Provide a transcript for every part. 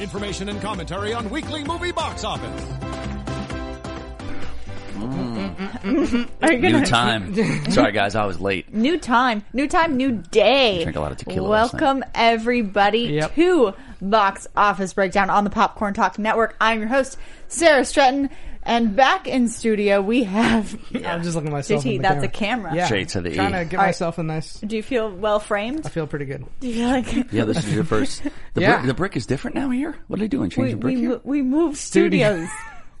Information and commentary on weekly movie box office. Are you New gonna- time. Sorry, guys, I was late. New time. New time, new day. Drank a lot of tequila last night. Welcome, everybody, Yep. to Box Office Breakdown on the Popcorn Talk Network. I'm your host, Sarah Stretton. And back in studio, we have. I'm just looking at myself. JT, in the that's a camera. camera. Yeah. Straight to the Trying E. to give All right. myself a nice. Do you feel well framed? I feel pretty good. Do you feel like. Yeah, this is your first. The, Yeah. brick, the brick is different now here? What are they doing? Change We, the brick we, here? mo- we moved studios.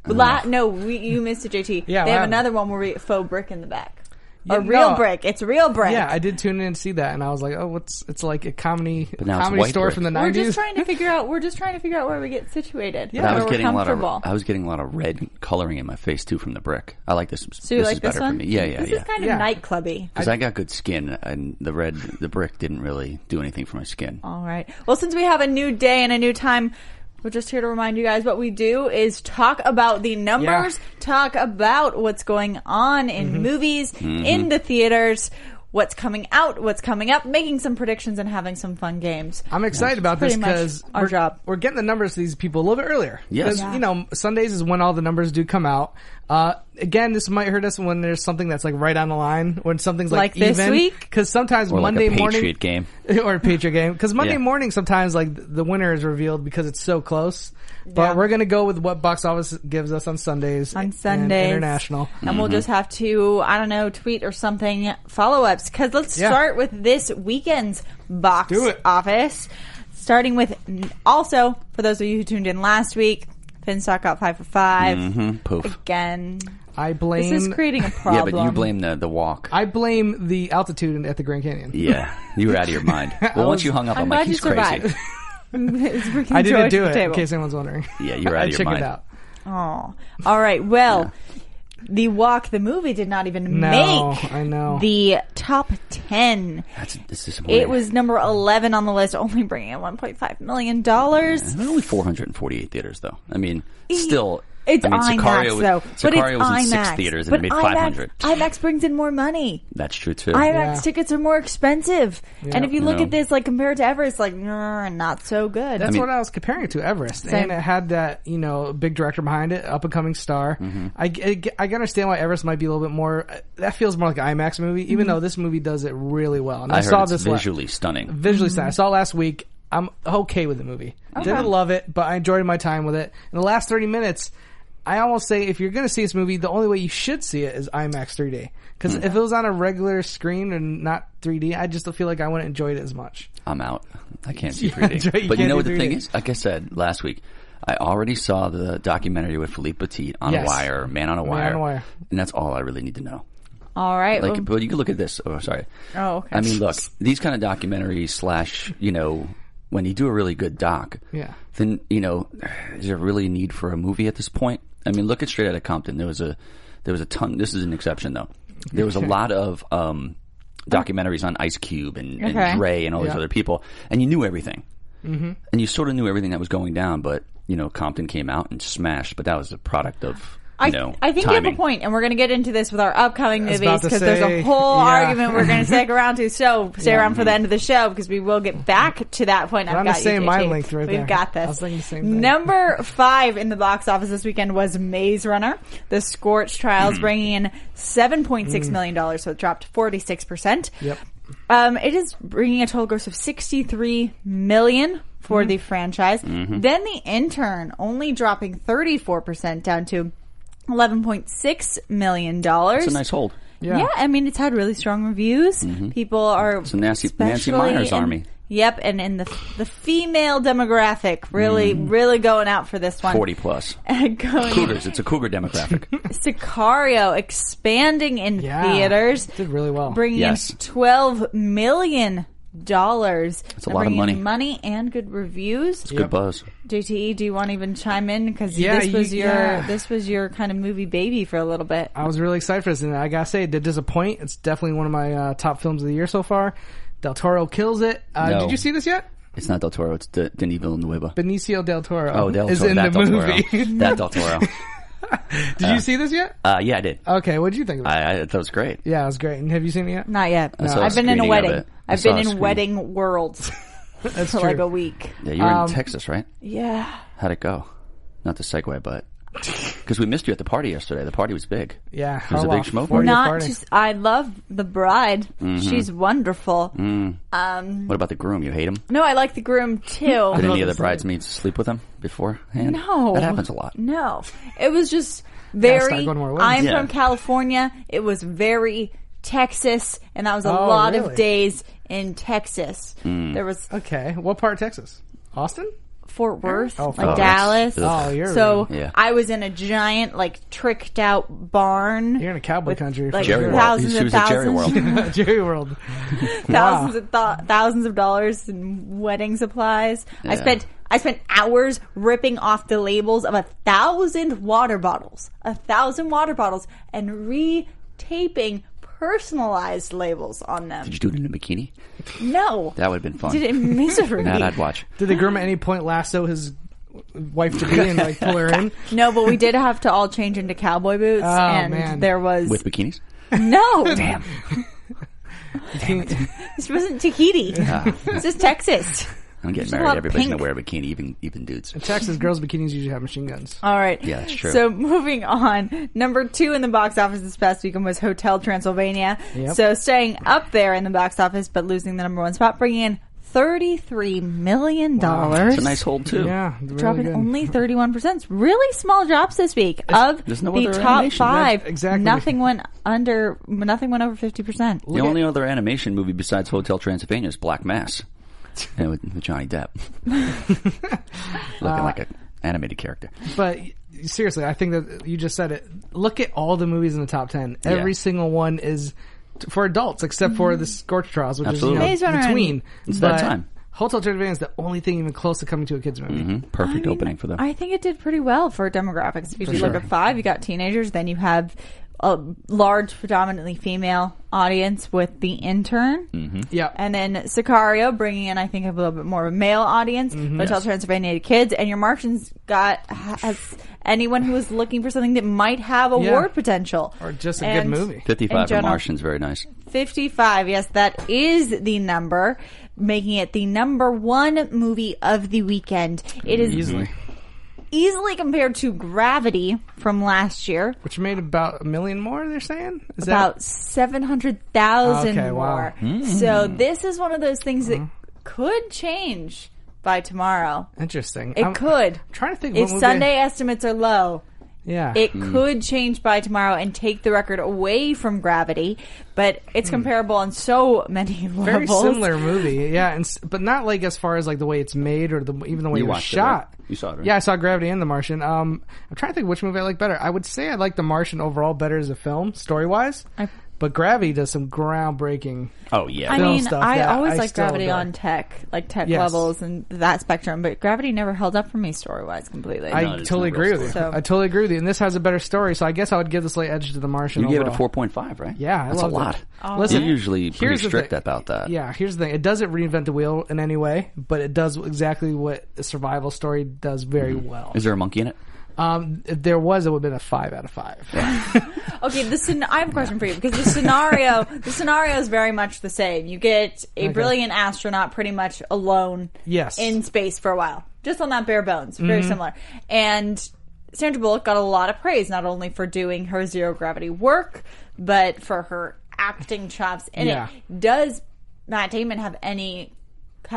La- no, we, you missed it, JT. Yeah, they have wow. another one where we faux brick in the back. a Yeah, real no. brick. It's real brick. Yeah, I did tune in and see that, and I was like, "Oh, what's?" It's like a comedy, a now it's comedy white store brick. from the we're nineties. just trying to figure out. We're just trying to figure out where we get situated. But I was where getting a we're lot of comfortable. I was getting a lot of red coloring in my face too from the brick. I like this. So you this like is this better one? for me. Yeah, yeah, This yeah. is kind of Yeah. nightclubby. Because I got good skin, and the red, the brick didn't really do anything for my skin. All right. Well, since we have a new day and a new time, we're just here to remind you guys what we do is talk about the numbers, talk about what's going on in movies, Mm-hmm. in the theaters, what's coming out, what's coming up, making some predictions and having some fun games. I'm excited about this Pretty much because our we're, job. we're getting the numbers to these people a little bit earlier. Yes. 'Cause, Yeah. You know, Sundays is when all the numbers do come out. Uh, again, this might hurt us when there's something that's like right on the line, when something's Like like, this even. week? Because sometimes Or Monday like a morning Patriot game. or a Patriot game. Because Monday Yeah. morning, sometimes like th- the winner is revealed because it's so close. But Yeah. we're gonna go with what box office gives us on Sundays. on and Sundays. international. And Mm-hmm. we'll just have to, I don't know, tweet or something follow ups. Because let's Yeah. start with this weekend's box Do it. office. Starting with also, for those of you who tuned in last week, Finstock got five for 5 Poof. Again, I blame. this is creating a Mm-hmm. Yeah, problem. but you blame the the walk. I blame the altitude in- at the Grand Canyon. yeah, you were out of your mind. Well, once you hung up, I'm I'm, glad like, you he's crazy. survived. It's freaking I didn't joy do to it. the In table. case anyone's wondering. Yeah, you were I out of your chickened mind. out. Aw. All right. Well, the walk, the movie did not even No, make I know. the top 10. That's this is It was number 11 on the list, only bringing in $1.5 million. dollars. There are only 448 theaters, though. I mean, still, It's I mean, IMAX, Sicario was, though. but it's Sicario was in IMAX. six theaters and but it made IMAX 500. IMAX brings in more money. That's true too. IMAX Yeah. tickets are more expensive. And if you look No. at this, like compared to Everest, like, "Nah, not so good. That's what I was comparing it to Everest, Same. and it had that you know big director behind it, up and coming star. Mm-hmm. I, I, I can understand why Everest might be a little bit more. uh, That feels more like an IMAX movie, Mm-hmm. even though this movie does it really well. And I, I heard saw it's this la- visually stunning. visually stunning. I saw it last week. I'm Mm-hmm. okay with the movie. Didn't love it, but I enjoyed my time with it. In the last 30 minutes, I almost say if you're going to see this movie, the only way you should see it is IMAX 3D. Because if it was on a regular screen and not 3D, I just don't feel like I wouldn't enjoy it as much. I'm out. I can't see 3D. that's right, you but you can't know what do the thing 3D. is? Like I said last week, I already saw the documentary with Philippe Petit on Yes. a wire, Man on a Wire, on a Wire. and that's all I really need to know. All right. Like, well- but you can look at this. Oh, sorry. Oh, okay. I mean, look, these kind of documentaries slash, you know, when you do a really good doc, Yeah. then you know, is there really a need for a movie at this point? I mean, look at Straight Outta Compton. There was a, there was a ton. This is an exception though. There was a lot of um, documentaries on Ice Cube and, Oh. Okay. and Dre and all these Yeah. other people, and you knew everything, mm-hmm. and you sort of knew everything that was going down, but. You know, Compton came out and smashed, but that was a product of you I, know I think timing. you have a point, and we're going to get into this with our upcoming movies about to because there's a say, whole yeah. mm. argument we're going to stick around to. So stay around for the end of the show because we will get back to that point. I've I'm got just saying you, my JT. length right We've there. got this. I was thinking the same thing. Number five in the box office this weekend was Maze Runner: The Scorch Trials, Mm. bringing in seven point Mm. six million dollars, so it dropped forty six percent. Yep. Um, it is bringing a total gross of sixty three million for Mm-hmm. the franchise. Then the intern only dropping thirty four percent down to eleven point six million dollars. It's a nice hold. Yeah. I mean it's had really strong reviews. People are a Nancy- Nancy especially Meyer's in- army. Yep, and in the the female demographic, really, Mm-hmm. really going out for this one. 40 plus. going Cougars. It's a cougar demographic. Sicario expanding in Yeah. theaters, Did really well. bringing Yes. in twelve million dollars. That's a lot of money. money and good reviews. It's good buzz. JTE, do you want to even chime in? Because Yeah, this was you- your yeah. this was your kind of movie baby for a little bit. I was really excited for this, and I gotta say, it did disappoint. It's definitely one of my uh, top films of the year so far. Del Toro kills it. Uh, No. Did you see this yet? It's not Del Toro. It's De- Denis Villanueva. Benicio del Toro oh, Del Toro. is in that the Del movie. Toro. that Del Toro. did you see this yet? Uh, yeah, I did. Okay, what did you think? Of it? I, I that was great. yeah, it was great. And have you seen it yet? Not yet. saw a I've been in screening a of wedding. it. I I've saw been a in screening. wedding worlds That's for true. like a week. Yeah, you were in Texas, right? Yeah. How'd it go? Not to segue, but because we missed you at the party yesterday. The party was big. yeah, was a Harloff, big schmoke for your party. Not party. just I love the bride. Mm-hmm. She's wonderful. What about the groom? You hate him? No, I like the groom too. Did any of the bridesmaids sleep with him beforehand? No. that happens a lot. No, it was just start very. going to more weddings. I'm Yeah. from California. It was very Texas, and that was a Oh, lot really? of days in Texas. Hmm. There was Okay, what part of Texas? Austin? Fort Worth, Oh, Fort like Worth. Dallas. Oh, you're so Yeah. I was in a giant, like tricked out barn. You're in a cowboy country. like for Jerry sure. World. thousands She and was at Jerry thousands, World. Jerry World. thousands of th- thousands of dollars in wedding supplies. I Yeah. spent I spent hours ripping off the labels of a thousand water bottles, a thousand water bottles, and re-taping personalized labels on them. Did you do it in a bikini? No, That would have been fun. did it misery. That I'd watch. Did the groom at any point lasso his wife to be and like pull her in? no, but we did have to all change into cowboy boots, Oh, and man. there was With bikinis? no. Damn. This wasn't Tahiti. This is Texas. I'm Ah, getting a lot married. of Everybody's pink. gonna wear a bikini, even even dudes. Texas girls' bikinis usually have machine guns. All right. Yeah, that's true. So moving on, number two in the box office this past weekend was Hotel Transylvania. Yep. So staying up there in the box office, but losing the number one spot, bringing in thirty-three million dollars. It's a nice hold too. Yeah, really Dropping good. only thirty-one percent. Really small drops this week of there's no the other top animation. five. That's- exactly. Nothing went under. Nothing went over fifty percent. The only other animation movie besides Hotel Transylvania is Black Mass, and with, with Johnny Depp Uh, looking like an animated character. But seriously, I think that you just said it. Look at all the movies in the top ten. Every Yeah. single one is t- for adults, except for the Scorch Trials, which Absolutely. Maze is you know, Mm-hmm. Runner and- between. It's that But time. Mm-hmm. Hotel Transylvania is the only thing even close to coming to a kids movie. Perfect opening for them. I think it did pretty well for demographics. If you look at five, you got teenagers, then you have a large, predominantly female audience with The Intern, Yeah, and then Sicario bringing in, I think, a little bit more of a male audience. Mm-hmm. Hotel Transylvania to kids, and your Martians got has anyone who is looking for something that might have award potential or just a And- good movie. in 55 and general. Martian's very nice. 55. Yes, that is the number, making it the number one movie of the weekend. It is Easily, Mm-hmm. easily compared to Gravity from last year, which made about a million more. They're saying is about 700,000 Okay, wow. Hmm. Uh-huh. more. So this is one of those things that could change by tomorrow. that interesting? It I'm could. trying to think If of what movie- Sunday estimates are low, Yeah, it could change by tomorrow and take the record away from Gravity, but it's comparable on so many Hmm. very levels. similar movie. Yeah, and, s- but not like as far as like the way it's made or the even the way You it was watched it, right? shot. You saw it, right? Yeah, I saw Gravity and The Martian. Um, I'm trying to think which movie I like better. I would say I like The Martian overall better as a film, story wise. I- But Gravity does some groundbreaking. Oh yeah, I film mean, stuff I that always I like still gravity adore. on tech, like tech Yes. levels and that spectrum, but gravity never held up for me story wise completely. I No, it's totally not agree real with you. story. So- I totally agree with you. And this has a better story, so I guess I would give this like edge to The Martian. you gave it a overall. 4.5, right? Yeah, I that's a loved it. lot. Listen, You're usually pretty here's the strict thing. about that. Yeah, here's the thing. It doesn't reinvent the wheel in any way, but it does exactly what a survival story does very Mm-hmm. well. Is there a monkey in it? Um, if there was, it would have been a five out of five. Okay, the scen- I have a question for you because the scenario the scenario is very much the same. You get a brilliant astronaut pretty much alone Yes. Mm-hmm. in space for a while. Just on that bare bones. Very similar. And Sandra Bullock got a lot of praise not only for doing her zero gravity work, but for her acting chops in Yeah. it. Does Matt Damon have any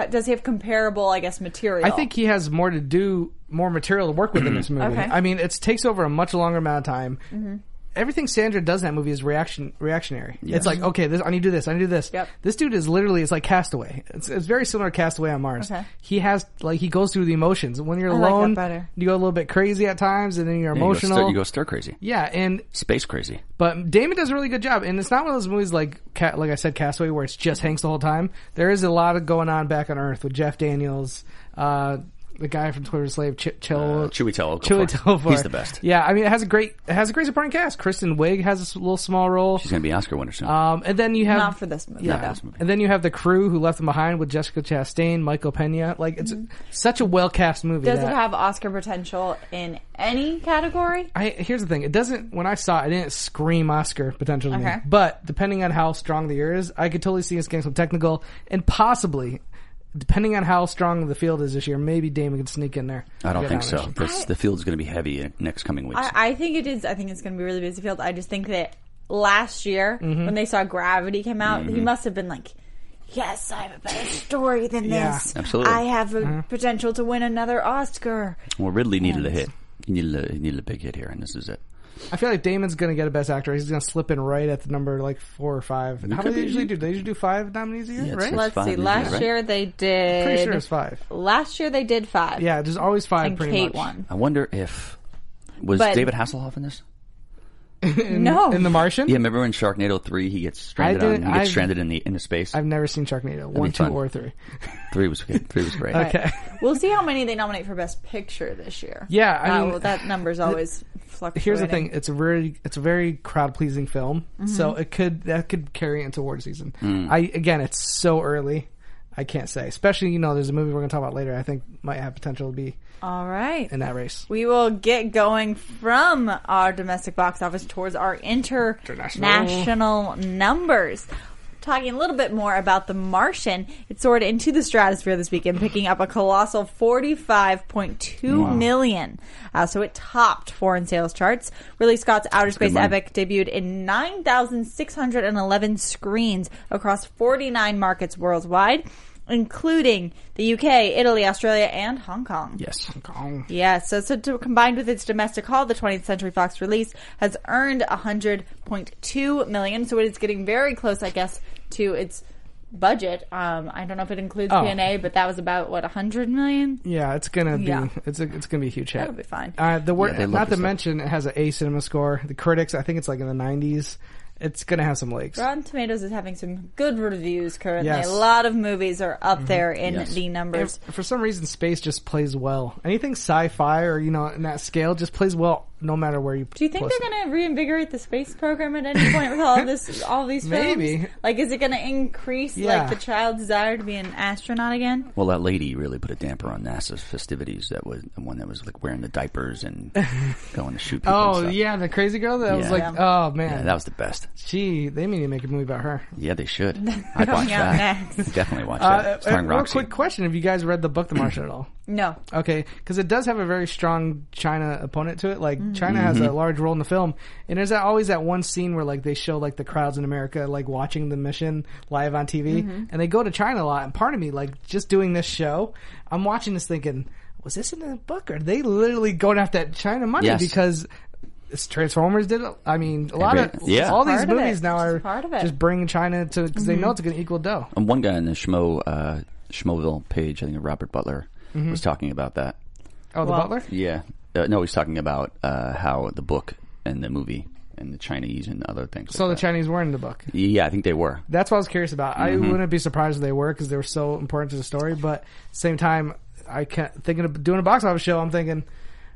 does he have comparable, I guess, material? I think he has more to do, more material to work with in this movie. Okay. Mm-hmm. I mean, it takes over a much longer amount of time. everything Sandra does in that movie is reaction reactionary. Yes. It's like okay, this I need to do this, I need to do this. Yep. This dude is literally it's like Castaway. It's, it's very similar to Castaway on Mars. Okay. He has like he goes through the emotions. When I you're like that alone, better. you go a little bit crazy at times, and then you're You go, stir, emotional. you go stir crazy, yeah, and space crazy. but Damon does a really good job, and it's not one of those movies like Ca- like I said, Castaway, where it's just Hanks the whole time. There is a lot of going on back on Earth with Jeff Daniels, uh, the guy from Twitter Slave, Ch- Chill, Uh, Chewy Telfar. Chewy Telfar. He's the best. Yeah, I mean, it has a great it has a great supporting cast. Kristen Wiig has a s- little small role, He's going to be Oscar winner soon. um, and then you have Not for this movie. yeah. for this movie. and then you have the crew who left them behind with Jessica Chastain, Michael Pena. Like it's Mm-hmm. such a well cast movie. Does that- it have Oscar potential in any category? I here's the thing. It doesn't. When I saw it, it didn't scream Oscar potential to me. Okay. But depending on how strong the year is, I could totally see us getting some technical and possibly, depending on how strong the field is this year, maybe Damon could sneak in there. I don't Get think so. nomination. This, the field's going to be heavy in next coming weeks. I, I think it is. I think it's going to be a really busy field. I just think that last year Mm-hmm. when they saw Gravity come out, Mm-hmm. he must have been like, "Yes, I have a better story than Yeah. Mm-hmm. this. Absolutely. I have a potential to win another Oscar." well, Ridley needed a hit. He needed a, he needed a big hit here, and this is it. I feel like Damon's going to get a Best Actor. He's going to slip in right at the number like four or five. how do could they be- usually do? They usually do five nominees a year, Yeah, it's right? like- Let's five, see. isn't it, Last right? year they did. Pretty sure it's five. Last year they did five. Yeah, there's always five. and pretty Kate much. won. I wonder if was But- David Hasselhoff in this? no, In The Martian. Yeah, remember in Sharknado three, he gets stranded on, he didn't- gets I've- stranded in the in the space. I've never seen Sharknado. One, two, fun. or three. three was good. Three was great. Okay. we'll see how many they nominate for Best Picture this year. Yeah, I Uh, mean- well, that number's always fluctuating. Here's the thing: it's a very it's a very crowd pleasing film, so Mm-hmm. it could that could carry into award season. Mm. I again, it's so early, I can't say. Especially you know, there's a movie we're going to talk about later. I think might have potential to be All right. in that race. We will get going from our domestic box office towards our international numbers. Talking a little bit more about The Martian, it soared into the stratosphere this weekend, picking up a colossal forty-five point two million. Uh, so it topped foreign sales charts. Ridley Scott's outer space money. epic debuted in 9,611 screens across 49 markets worldwide, including the UK, Italy, Australia, and Hong Kong. Yes, Yes, so, so to, combined with its domestic haul, the 20th Century Fox release has earned 100.2 million. So it is getting very close, I guess, to its budget. Um, I don't know if it includes Oh. P&A, but that was about what 100 million. Yeah, it's gonna be Yeah. it's a, it's gonna be a huge hit. That'll be fine. Uh, the word Yeah, they love not this to stuff. mention it has an A cinema score. The critics, I think it's like in the 90s. It's gonna have some legs. Rotten Tomatoes is having some good reviews currently. Yes. Mm-hmm. A lot of movies are up there in Yes. the numbers. If- for some reason, space just plays well. Anything sci-fi or you know in that scale just plays well, no matter where you. Do you think they're going to reinvigorate the space program at any point with all of this, all these films? Maybe. Like, is it going to increase Yeah. like the child's desire to be an astronaut again? Well, that lady really put a damper on NASA's festivities. That was the one that was like wearing the diapers and going to shoot people. and Oh stuff. yeah, the crazy girl that was Yeah. like, oh man, Yeah, that was the best. She, they need to make a movie about her. Yeah, they should. I'd watch Coming out that. next. Definitely watch Uh, that. uh, Starring real Roxy. quick question: Have you guys read the book The Martian at all? No. Okay, because it does have a very strong China opponent to it. Like Mm. China has Mm-hmm. a large role in the film, and there's that, always that one scene where like they show like the crowds in America like watching the mission live on TV, Mm-hmm. and they go to China a lot. And part of me like just doing this show, I'm watching this thinking, was this in the book? Are they literally going after that China money Yes. because? it's Transformers did it. I mean, a lot Every- of yeah. all these Part of it. movies now Just are part of it. Mm-hmm. just bringing China to because they know it's going to equal dough. And Um, one guy on the Schmo uh, Schmoville page, I think Robert Butler, Mm-hmm. was talking about that. Oh, the Well- Butler. Yeah, uh, no, he's talking about uh, how the book and the movie and the Chinese and other things. So the like that. Chinese were in the book. yeah, I think they were. That's what I was curious about. I Mm-hmm. wouldn't be surprised if they were because they were so important to the story. But same time, I can't thinking of doing a box office show. I'm thinking,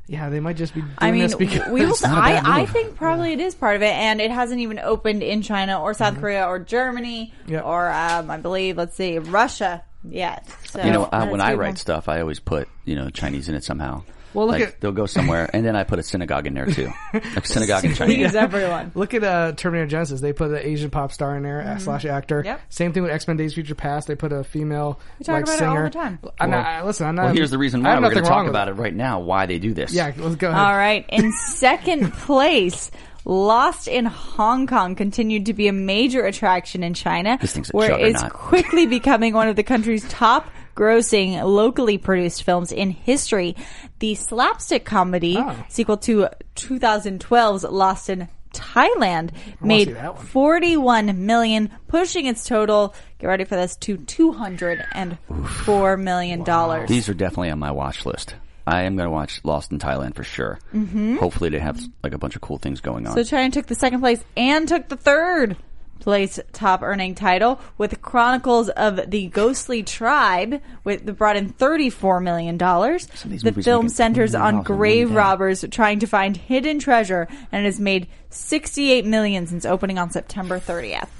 yeah, they might just be doing I mean, this because we will. It's not a bad I, I move. think probably it is part of it, and it hasn't even opened in China or Mm-hmm. South Korea or Germany Yep. or um, I believe, let's see, Russia yet. So You know, that's I, when I good write one. stuff, I always put you know Chinese in it somehow. Well, look like, at- they'll go somewhere, and then I put a synagogue in there too, like synagogue in Chinese. Please, everyone. Look at uh, Terminator Genesis. They put an Asian pop star in there uh, slash actor. Mm-hmm. Yep. Same thing with X Men Days Future Past. They put a female talk like about it all singer. the time. I'm Well- not, I- listen, I'm not. Well, here's the reason I why have we're going to nothing talk wrong with about it right now. Why they do this? Yeah, let's go ahead. All right. In second place, Lost in Hong Kong continued to be a major attraction in China, This thing's a where it's juggernaut. quickly becoming one of the country's top grossing locally produced films in history. The slapstick comedy Oh. sequel to 2012's Lost in Thailand see made that one. 41 million, pushing its total. Get ready for this to 204 million dollars. These are definitely on my watch list. I am going to watch Lost in Thailand for sure. Mm-hmm. Hopefully, they have like a bunch of cool things going on. So China took the second place and took the third place top earning title with Chronicles of the Ghostly Tribe with that brought in thirty four million dollars. of these The movies film make a centers million on dollars in one grave day. robbers trying to find hidden treasure and it has made sixty eight million since opening on September thirtieth.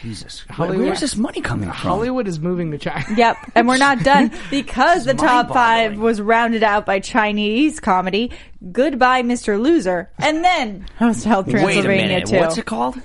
Jesus, Hollywood- where's this money coming from? Hollywood is moving to China. Yep, and we're not done because the top five was rounded out by Chinese comedy "Goodbye, Mr. Loser" and then Hotel Wait a Transylvania minute, too. what's it called?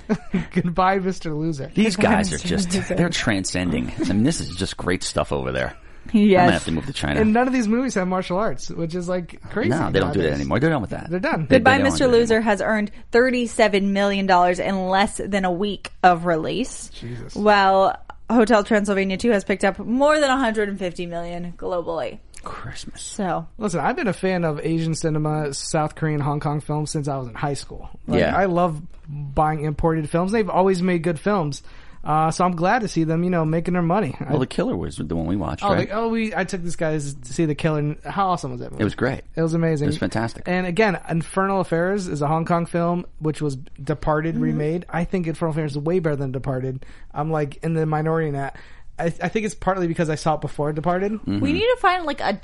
Goodbye, Mr. Loser. These guys are just—they're transcending. I mean, this is just great stuff over there. I'm Yes. gonna have to move to China. And none of these movies have martial arts, which is like crazy. No, they don't do that nowadays. anymore. They're done with that. They're done. They- Goodbye, they don't do it Mr. Loser anymore. has earned $37 million in less than a week of release. Jesus. While Hotel Transylvania 2 has picked up more than $150 million globally. Christmas. So, Listen, I've been a fan of Asian cinema, South Korean, Hong Kong films since I was in high school. Like, Yeah. I love buying imported films. They've always made good films. Uh, so I'm glad to see them, you know, making their money. I- Well, The Killer was the one we watched, oh, right? they- oh, we, I took these guys to see The Killer. And how awesome was that movie? It was great. It was amazing. It was fantastic. And again, Infernal Affairs is a Hong Kong film which was Departed remade. I think Infernal Affairs is way better than Departed. I'm like in the minority in that. I, I think it's partly because I saw it before Departed. Mm. Mm-hmm. we need to find like a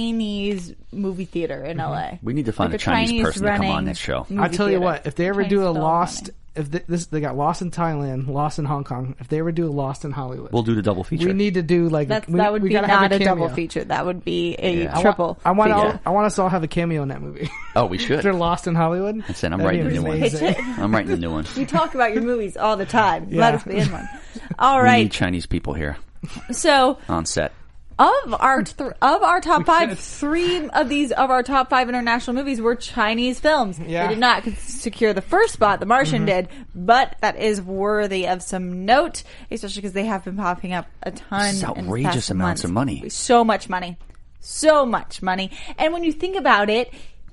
Chinese movie theater in LA. Mm-hmm. We need to find Like a Chinese person to come on running this show. movie I tell you theater. what, if they ever Chinese do a film Lost, running. if they, this they got Lost in Thailand, Lost in Hong Kong, if they ever do a Lost in Hollywood, We'll do the double feature. we need to do like That's, we, that would we be gotta have not a, double cameo. feature. That would be a Yeah. I wa- triple. I want feature. all, I want us all to have a cameo in that movie. Oh, we should. if they're Lost in Hollywood. I said I'm that'd be writing a new one. amazing. I'm writing the new one. you talk about your movies all the time. Let Yeah. us be in one. All We need right. Chinese people here So, on set. of our th- of our top five, three of these of our top five international movies were Chinese films. Yeah. They did not secure the first spot. The Mm-hmm. Martian did, but that is worthy of some note, especially because they have been popping up a This ton. is in the past outrageous amounts months. of money. So much money, so much money, and when you think about it,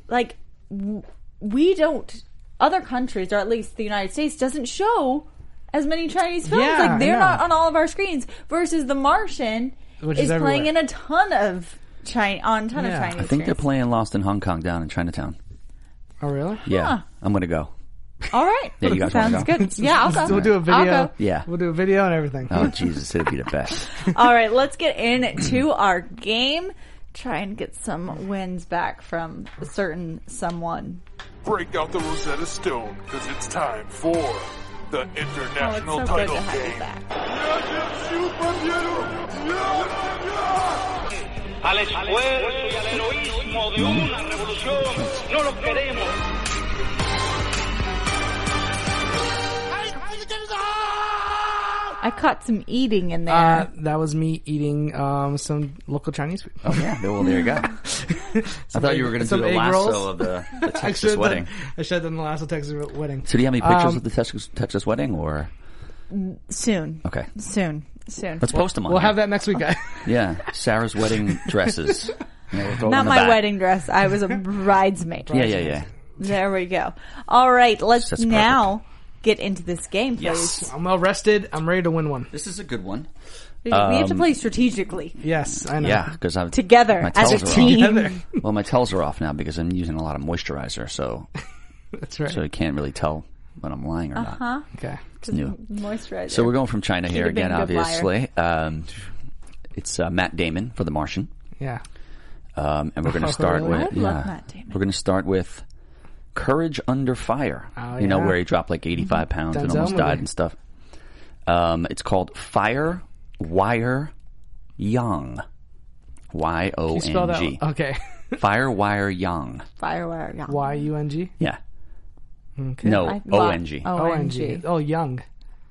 like w- we don't. Other countries, or at least the United States, doesn't show as many Chinese films. Yeah, I like they're know. not on all of our screens. Versus The Martian Which is, is playing in everywhere. a ton of China on ton Yeah. of Chinese. I think they're screens. playing Lost in Hong Kong down in Chinatown. Oh really? Yeah, I'm gonna go. All right. Yeah, you guys wanna Sounds go? good. Yeah, I'll go. We'll do a I'll video. go. Yeah. We'll do a video and everything. Oh Jesus, it'd be the best. All right, let's get into our game. Try and get some wins back from a certain someone. break out the Rosetta Stone because it's time for the Oh, it's so international good title to have you game. back. al esfuerzo y al heroísmo de una revolución. No lo queremos. I caught some eating in there. Uh, that was me eating um, some local Chinese food. Oh yeah, well there you go. I thought you were gonna do some the egg lasso rolls. of the, the I Texas should've wedding. Done, I should have done the last Texas wedding. So do you have any pictures Um, of the Texas Texas wedding or soon. okay? Soon. Soon. Let's post them on. We'll here. have that next week, guys. Yeah, Sarah's wedding dresses. Yeah, we'll throw them in Not the my back. wedding dress. I was a bridesmaid. Yeah, yeah, yeah. There we go. All right, let's That's perfect. now get into this game, please. Yes. I'm well rested. I'm ready to win one. This is a good one. We have to Um, play strategically Yes, I know. Yeah, because I've together my as a tells are off. team. Heather. Well, my tells are off now because I'm using a lot of moisturizer, so That's right. so you can't really tell when I'm lying or not. okay. It's new. Moisturizer. So we're going from China here have Uh-huh. been again, a good obviously. Um, it's uh, Matt Damon for The Martian, Yeah. um, and we're going to Oh, start really? with I love Matt Damon. We're going to start with Courage Under Fire. Oh, you know yeah. where he dropped like 85 pounds and Denzel almost died movie. and stuff. Um, it's called Fire Wire Young. Y O You spelled N out. G. Okay. Fire Wire Young. Firewire. Yeah. Y U N G. Yeah. No, I- O N G. O N G. Oh, Young.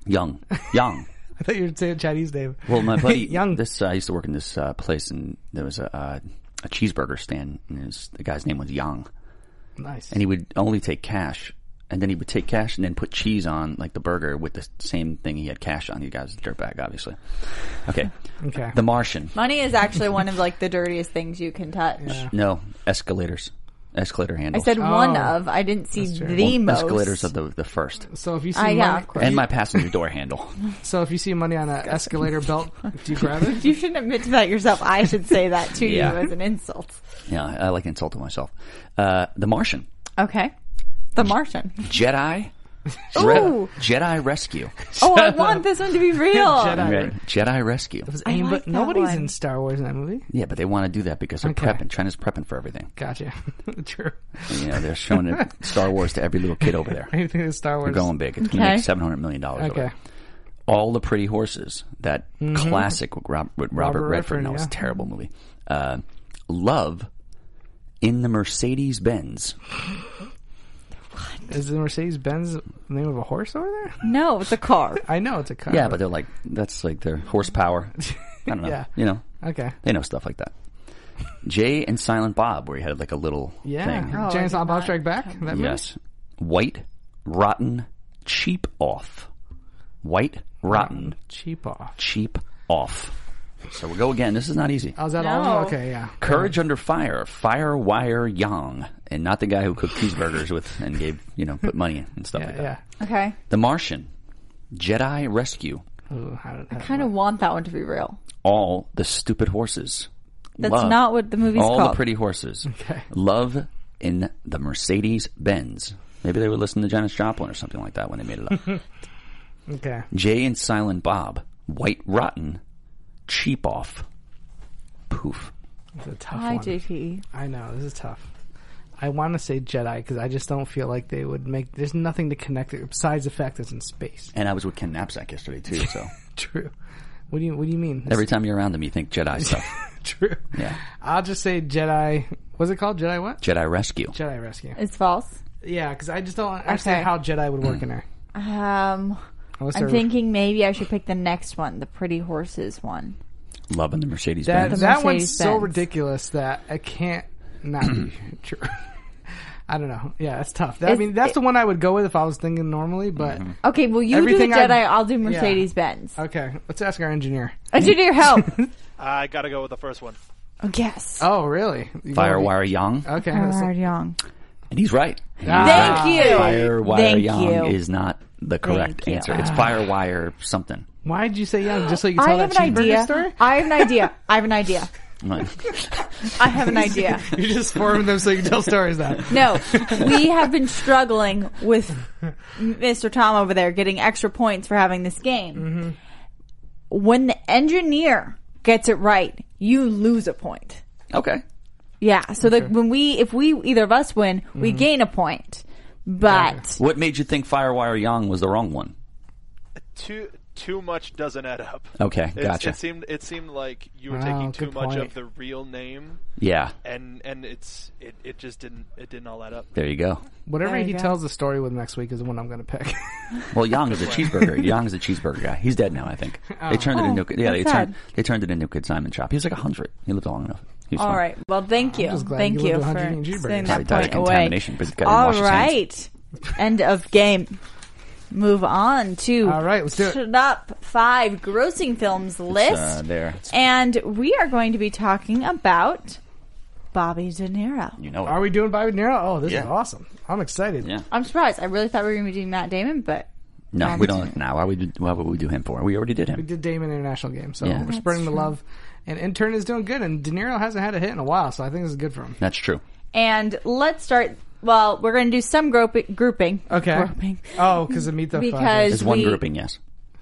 Young. Young. I thought you were saying Chinese name. Well, my buddy, Young. This uh, I used to work in this uh, place, and there was a, uh, a cheeseburger stand, and it was, the guy's name was Young, nice. and he would only take cash, and then he would take cash and then put cheese on like the burger with the same thing he had cash on. He guy's a dirtbag, obviously. Okay, okay. The Martian. Money is actually one of like the dirtiest things you can touch. No escalators. escalator I handles. said one Oh. of. I didn't see true. the Well, most. escalators of the the first, So if you see I- yeah, money, of course. and my passenger door handle. so if you see money on an escalator belt, do you grab it? You shouldn't admit to that yourself. I should say that to Yeah. you as an insult. Yeah, I like insulting myself. Uh, the Martian, Okay. The Martian. Jedi, Ooh. Jedi Rescue, Oh, I want this one to be real. Jedi. right? Jedi Rescue. I mean, Oh, like but that nobody's one. in Star Wars in that movie. Yeah, but they want to do that because they're Okay. prepping. China's prepping for everything. Gotcha. True. You know, they're showing it- Star Wars to every little kid over there. Anything that's Star Wars. They're going big. It's going to Okay. make seven hundred million dollars. over Okay. Mm-hmm. there. All the Pretty Horses, that classic with Rob, with Robert, Robert Redford. Redford, that was a yeah. terrible movie. Uh, Love in the Mercedes Benz. Is the Mercedes Benz the name of a horse over there? No, it's a car. I know it's a car. Yeah, but they're like that's like their horsepower. I don't know. Yeah. You know, okay. they know stuff like that. Jay and Silent Bob, where he had like a little thing. Yeah. Oh, James I did on Bob not- Strike Back. That movie? Yes. White, rotten, cheap off. White, rotten, Cheap off. cheap off. So we'll go again. This is not easy. Oh, is that No. all? Okay. Yeah. Courage under fire, fire wire yang, and not the guy who cooked cheeseburgers with and gave you know put money in and stuff like Yeah. that. yeah. Okay. The Martian, Jedi Rescue, Ooh, how did, how did- kind of want that one to be real. all the stupid horses. That's Love. not what the movie's all called. the pretty horses. Love in the Mercedes Benz. Maybe they would listen to Janis Joplin or something like that when they made it up. okay. Jay and Silent Bob, White Rotten, Cheap Off, Poof. It's a tough Hi, one. JT. I know this is tough. I want to say Jedi because I just don't feel like they would make. There's nothing to connect it besides the fact it's in space. And I was with Ken Knapsack yesterday too. So True. What do you What do you mean? It's every time you're around him, you think Jedi stuff. true. Yeah, I'll just say Jedi. What's it called? Jedi what? Jedi Rescue. Jedi Rescue. It's false. Yeah, because I just don't understand Uh, Okay. how Jedi would work in there. Um, Unless I'm they're- thinking maybe I should pick the next one, the Pretty Horses one. Love in the Mercedes that Benz. that one's so Mercedes-Benz. ridiculous that I can't not be true. I don't know. Yeah, it's tough. That, I It's- mean, that's it- the one I would go with if I was thinking normally. But Okay, well, you Everything Uh, do the Jedi, I- I'll do Mercedes Benz. okay, let's ask our engineer. Engineer, help. I gotta go with the first one. Oh, yes. Oh, really? You go with- Firewire Yang, Okay. that's- Bernard Young. and he's right. Ah. Thank you. Firewire Thank Yang you. is not the correct you. Ah. answer. It's Firewire something. Why'd you say young? Just so you could I tell have that an cheeseburger idea. story? I have an idea. I have an idea. Right. I have an idea. You just formed them so you can tell stories now. No, we have been struggling with Mr. Tom over there getting extra points for having this game. Mm-hmm. When the engineer gets it right, you lose a point. okay. Yeah. So that when we, if we either of us win, we Mm-hmm. gain a point. But What made you think Firewire Yang was the wrong one? Too too much doesn't add up. Okay, It's- gotcha. It seemed it seemed like you were Wow, taking Ah, too good much point. of the real name, Yeah, and and it's it, it just didn't it didn't all add up. there you go. Whatever There you he go. tells the story with next week is the one I'm going to pick. Well, Yang is a cheeseburger. Yang is a cheeseburger guy. He's dead now, I think. They turned it Oh, into yeah. They that's turned sad. they turned it into a good Simon shop. He was like hundred. He lived long enough. He was all fun. right. Well, thank you. just glad Thank you you lived for 100 eating saying cheeseburgers. Probably that died of point away. contamination, but the guy didn't All wash his hands. right. End of game. Move on to All right, let's do it. top five grossing films list. Uh, there. And we are going to be talking about Bobby De Niro. You know it. Are we doing Bobby De Niro? Oh, this is Yeah. awesome. I'm excited. Yeah. I'm surprised. I really thought we were going to be doing Matt Damon, but No, we don't. Now, why would why would we do him for? We already did We him. did Damon International Game, so Yeah. we're That's spreading the love. And Intern is doing good, and De Niro hasn't had a hit in a while, so I think this is good for him. That's true. and let's start. Well, we're going to do some grouping. grouping Okay. Grouping. Oh, because of Meet the Because- Fockers. There's one we- grouping, yes.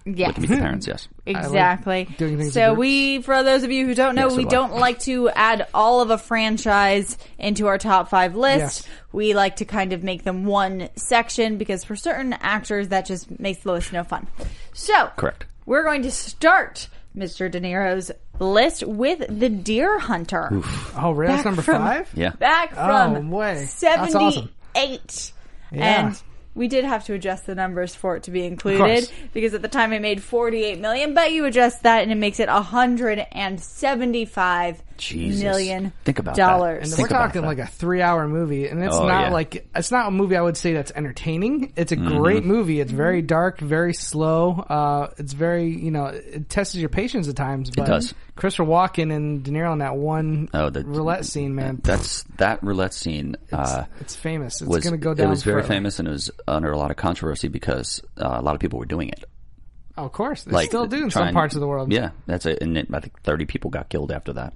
Yes. Meet the parents, yes. Exactly. doing things in so groups. we, for those of you who don't know, Yeah, so we do I. don't like to add all of a franchise into our top five list. Yes. We like to kind of make them one section because for certain actors that just makes the list no fun. So Correct. We're going to start Mr. De Niro's list with the Deer Hunter. Oh, really? That's Back number from- five? Yeah. Back from Oh, way. That's seventy-eight, awesome. Yeah. and we did have to adjust the numbers for it to be course. included because at the time it made forty-eight million, but you adjust that and it makes it hundred and seventy-five Jesus. Million Think about that. dollars. And Think we're about talking that. like a three-hour movie, and it's Oh, not yeah. Mm-hmm. like it's not a movie I would say that's entertaining. It's a great movie. Mm-hmm. It's very dark, very slow. Uh, it's very you know it tests your patience at times. But does. Christopher Walken and De Niro in that one Oh, the roulette scene, man. That's that roulette scene. it's, uh, it's famous. It's was going to go down. it was very forever. famous and it was under a lot of controversy because uh, a lot of people were doing it. Oh, of course, they Like still do in trying- some parts of the world. Yeah, that's it. And it, I think thirty people got killed after that.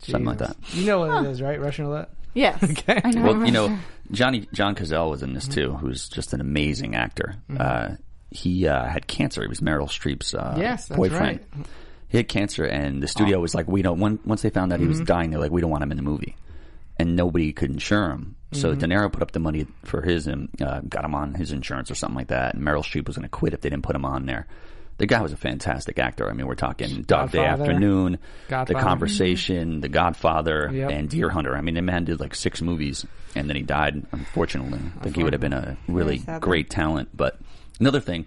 Something like that. You know what it is, right? Russian roulette. Yes. I know. Well, you know, Johnny John Cazale was in this Mm-hmm. too, who's just an amazing actor. Uh, he uh, had cancer. He was Meryl Streep's uh, Yes, that's boyfriend. right. Oh. He had cancer, and the studio was like, "We don't." When, once they found out he was Mm-hmm. dying, they're like, "We don't want him in the movie," and nobody could insure him. Mm-hmm. So De Niro put up the money for his and uh, got him on his insurance or something like that. And Meryl Streep was going to quit if they didn't put him on there. The guy was a fantastic actor. I mean, we're talking Dog Day Godfather. Afternoon, Godfather. The Conversation, The Godfather, Yep. and Deer Hunter. I mean, the man did like six movies, and then he died. Unfortunately, I think he would have been a really great talent. But another thing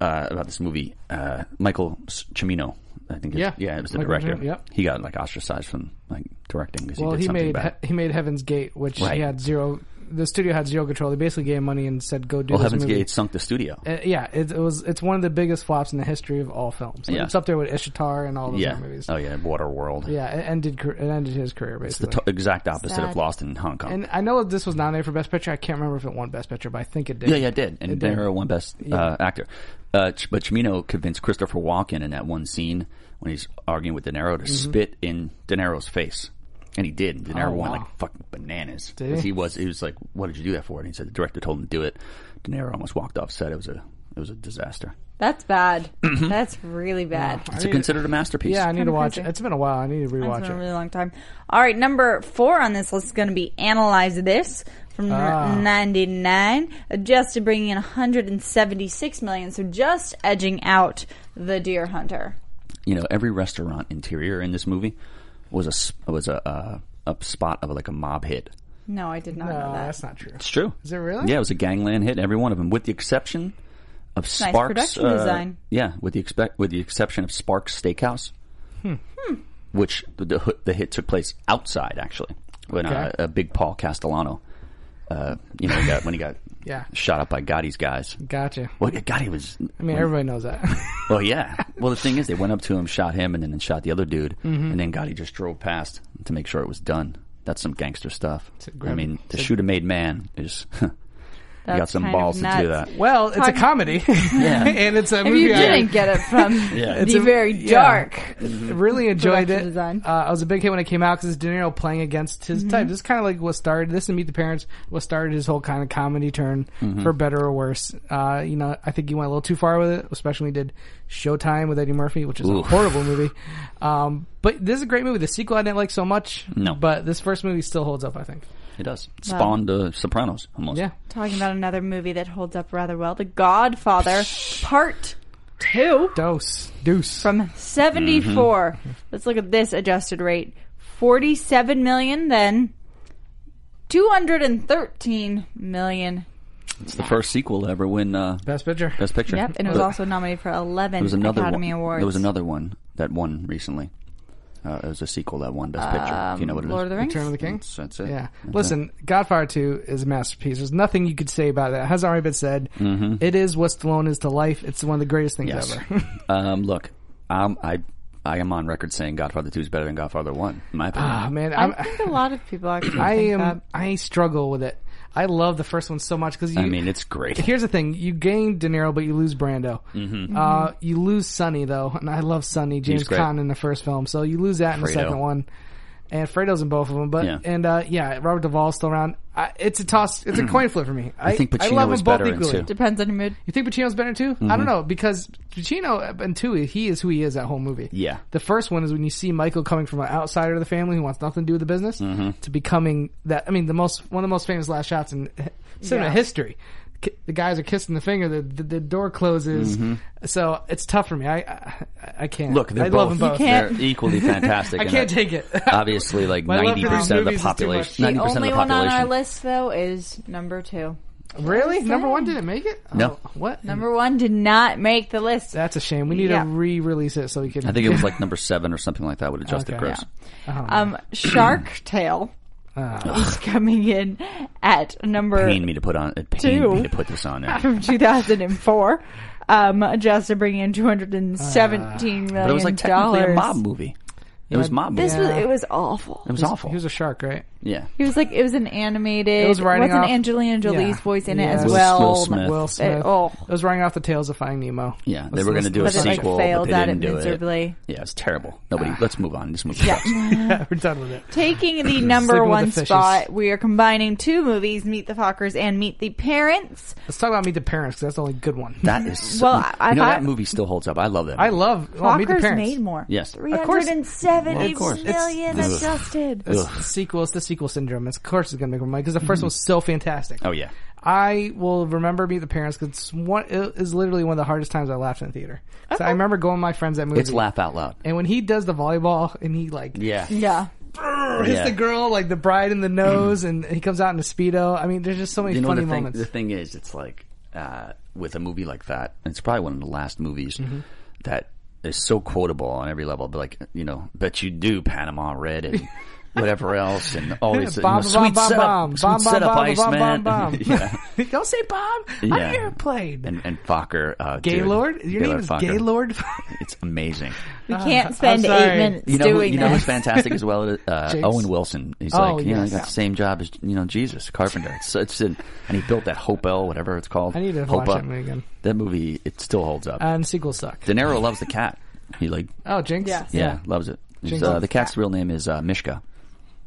uh, about this movie, uh, Michael S- Cimino, I think, it's- Yeah. yeah, it was the Michael director. Cimino, yep. He got like ostracized from like directing because well, he did he something made bad. he, made Heaven's Gate, which Right. he had zero. The studio had zero control. They basically gave him money and said, "Go do well, this Heaven's movie." Gate sunk the studio. Uh, yeah, it, it was. It's one of the biggest flops in the history of all films. Like, Yeah. It's up there with Ishtar and all those yeah. other movies. Oh yeah, Waterworld. Yeah, it ended. car- It ended his career The basically. to exact opposite of Sad. Lost in Hong Kong. and I know this was nominated for Best Picture. I can't remember if it won Best Picture, but I think it did. Yeah, yeah, it did. And It De did. Niro won Best uh, Actor. Uh, Ch- but Chimino convinced Christopher Walken in that one scene when he's arguing with De Niro to spit in De Niro's face. And he did. And De Niro Mm-hmm. Oh, went wow. like fucking bananas. Did 'Cause he? he was he was like, What did you do that for? And he said the director told him to do it. De Niro almost walked off set. It was a it was a disaster. That's bad. That's really bad. It's considered a masterpiece. Yeah, I need to watch crazy. it. It's been a while. I need to It's rewatch been a it. really long time. All right, number four on this list is going to be Analyze This from Ah. 99, adjusted bringing in 176 million, so just edging out The Deer Hunter. you know every restaurant interior in this movie was a s- was a uh, a spot of like a mob hit. No, I did not know No, that. that's not true. It's true. Is it really? Yeah, it was a gangland hit. Every one of them, with the exception of Sparks. uh, production design. Yeah, with the expect with the exception of Sparks Steakhouse, Hmm. which the, the hit- the hit took place outside actually when uh, Okay. a big Paul Castellano, uh, you know, got, when he got Yeah. shot up by Gotti's guys. Gotcha. Well, Gotti was. I mean, everybody knows that. Well, yeah. Well, the thing is, they went up to him, shot him, and then shot the other dude, Mm-hmm. and then Gotti just drove past to make sure it was done. That's some gangster stuff. I grab- mean, to shoot a made man is. You got That's some kind of balls to do that. nuts. well, it's a Talking- comedy, and it's a If movie. you I- didn't get it from It's the a- very yeah. dark. really Mm-hmm. enjoyed Production it. design. Mm-hmm. Uh, I was a big hit when it came out because it's De Niro playing against his type. This is kind of like what started this and Meet the Parents. What started his whole kind of comedy turn Mm-hmm. for better or worse. Uh, you know, I think he went a little too far with it, especially when he did Showtime with Eddie Murphy, which is a Oof. horrible movie. Um, but this is a great movie. The sequel I didn't like so much. No. but this first movie still holds up. I think. It does. It spawned the Sopranos almost. Yeah. Talking about another movie that holds up rather well, The Godfather Part 2. Dose, deuce. from 74. Mm-hmm. Let's look at this adjusted rate. 47 million then 213 million. It's the first sequel to ever win uh, Best picture. Best Picture. Yep, and it was But also nominated for 11 there was another Academy one, Awards. There was another one that won recently. Uh, it was a sequel that won Best Picture. Do you know what it is? Um, Lord of the Rings. Return of the King. That's, that's it. Yeah. That's Listen, Godfather 2 is a masterpiece. There's nothing you could say about it. It has already been said. It is what Stallone is to life. It's one of the greatest things Mm-hmm. Yes. ever. it. Um, look, um, I I am on record saying Godfather Two is better than Godfather One. In my opinion. oh, man. I I'm, think a lot of people actually I think am, that. I struggle with it. I love the first one so much because you. I mean, it's great. Here's the thing: you gain De Niro, but you lose Brando. Mm-hmm. Mm-hmm. Uh, you lose Sonny though, and I love Sonny James great. Caan in the first film, so you lose that in the Fredo. second one, and Fredo's in both of them. But Yeah. and uh, yeah, Robert Duvall's still around. I, it's a toss. It's a coin flip for me. I Mm-hmm. think I Pacino love was them both better in equally. two. Depends on your mood. You think Pacino's better too? I Mm-hmm. don't know because Pacino and two, he is who he is that whole movie. Yeah. The first one is when you see Michael coming from an outsider of the family who wants nothing to do with the business Mm-hmm. to becoming that. I mean, the most one of the most famous last shots in h- cinema history. K- The guys are kissing the finger. The the, the door closes. So it's tough for me. I I, I can't. Mm-hmm. Look, they're I love both, them both. they're can't- equally fantastic. I and can't that- take it. Obviously, like My love for ninety these percent of the movies is too much. population, The ninety The percent of only the one on population our list though is number 2. Really? Number saying. one didn't make it? No. Oh, what? Number one did not make the list. That's a shame. We need Yeah. to re-release it so we can. I think it was like number seven or something like that with adjusted Okay. gross. Um, Shark Tale Ah. is coming in at number Pain me to put on. It pained Two. me to put this on there. from 2004. Um, adjusted bringing in 217 million Ah. But it was like technically dollars. a mob movie. It was mob. This movie. was it was awful. It was awful. He was a shark, right? yeah. He was like it was an animated. It was riding wasn't off- Angelina Jolie's Yeah. voice in Yeah. it as Will- well? Will Smith. Will Smith. oh. It was running off the tails of Finding Nemo. Yeah, they Let's- were going to let's- do a But it, like, sequel, failed but they at it didn't do miserably. Ah. it. Yeah, it's terrible. Nobody. let's move on. Just move. Yeah. We're done with it. Taking the Sleeping number with one the fishes. spot, we are combining two movies: Meet the Fockers and Meet the Parents. Let's talk about Meet the Parents because that's the only good one. That is. So, Well, you I- I know that thought- movie still holds up. I love that. I movie. love oh, Meet the Fockers Parents. made more. Yes. three Of course- hundred and seventy Of course. million It's- Ugh. adjusted. It's the sequel. It's the sequel syndrome. It's, of course, it's going to make more money because the first one was so fantastic. Mm-hmm. Oh yeah. I will remember Meet the Parents because it's one it is literally one of the hardest times I laughed in the theater. So I remember going with my friends that movie. It's laugh out loud. And when he does the volleyball and he like Yeah. Yeah, brrr, hits Yeah. the girl like the bride in the nose and he comes out in a speedo. I mean, there's just so many You know funny the thing. moments. The thing is, it's like uh, with a movie like that. It's probably one of the last movies Mm-hmm. that is so quotable on every level. But like you know, bet you do Panama Red and. Whatever else, and always you know, Bomb, sweet bomb, setup, bomb, sweet bomb, setup, bomb, bomb, Iceman. bomb, bomb. yeah, Don't say bomb on Yeah. an airplane. and and Fokker, uh, dude. Gaylord? Your name is Fokker. Gaylord? It's amazing. we can't spend sorry. eight minutes you know, who- doing you know who's this. fantastic as well. Uh, James. Owen Wilson. He's Oh, like, you know, he yes. got the same job as you know Jesus Carpenter. It's, it's an, and he built that Hopewell, whatever it's called. I need to watch Hope that movie again. Uh, That movie, it still holds up. and sequels suck. De Niro loves the cat. He like, Oh, Jinx? Yes. yeah, loves it. He's, Jinx uh, loves the cat's real name is uh, Mishka.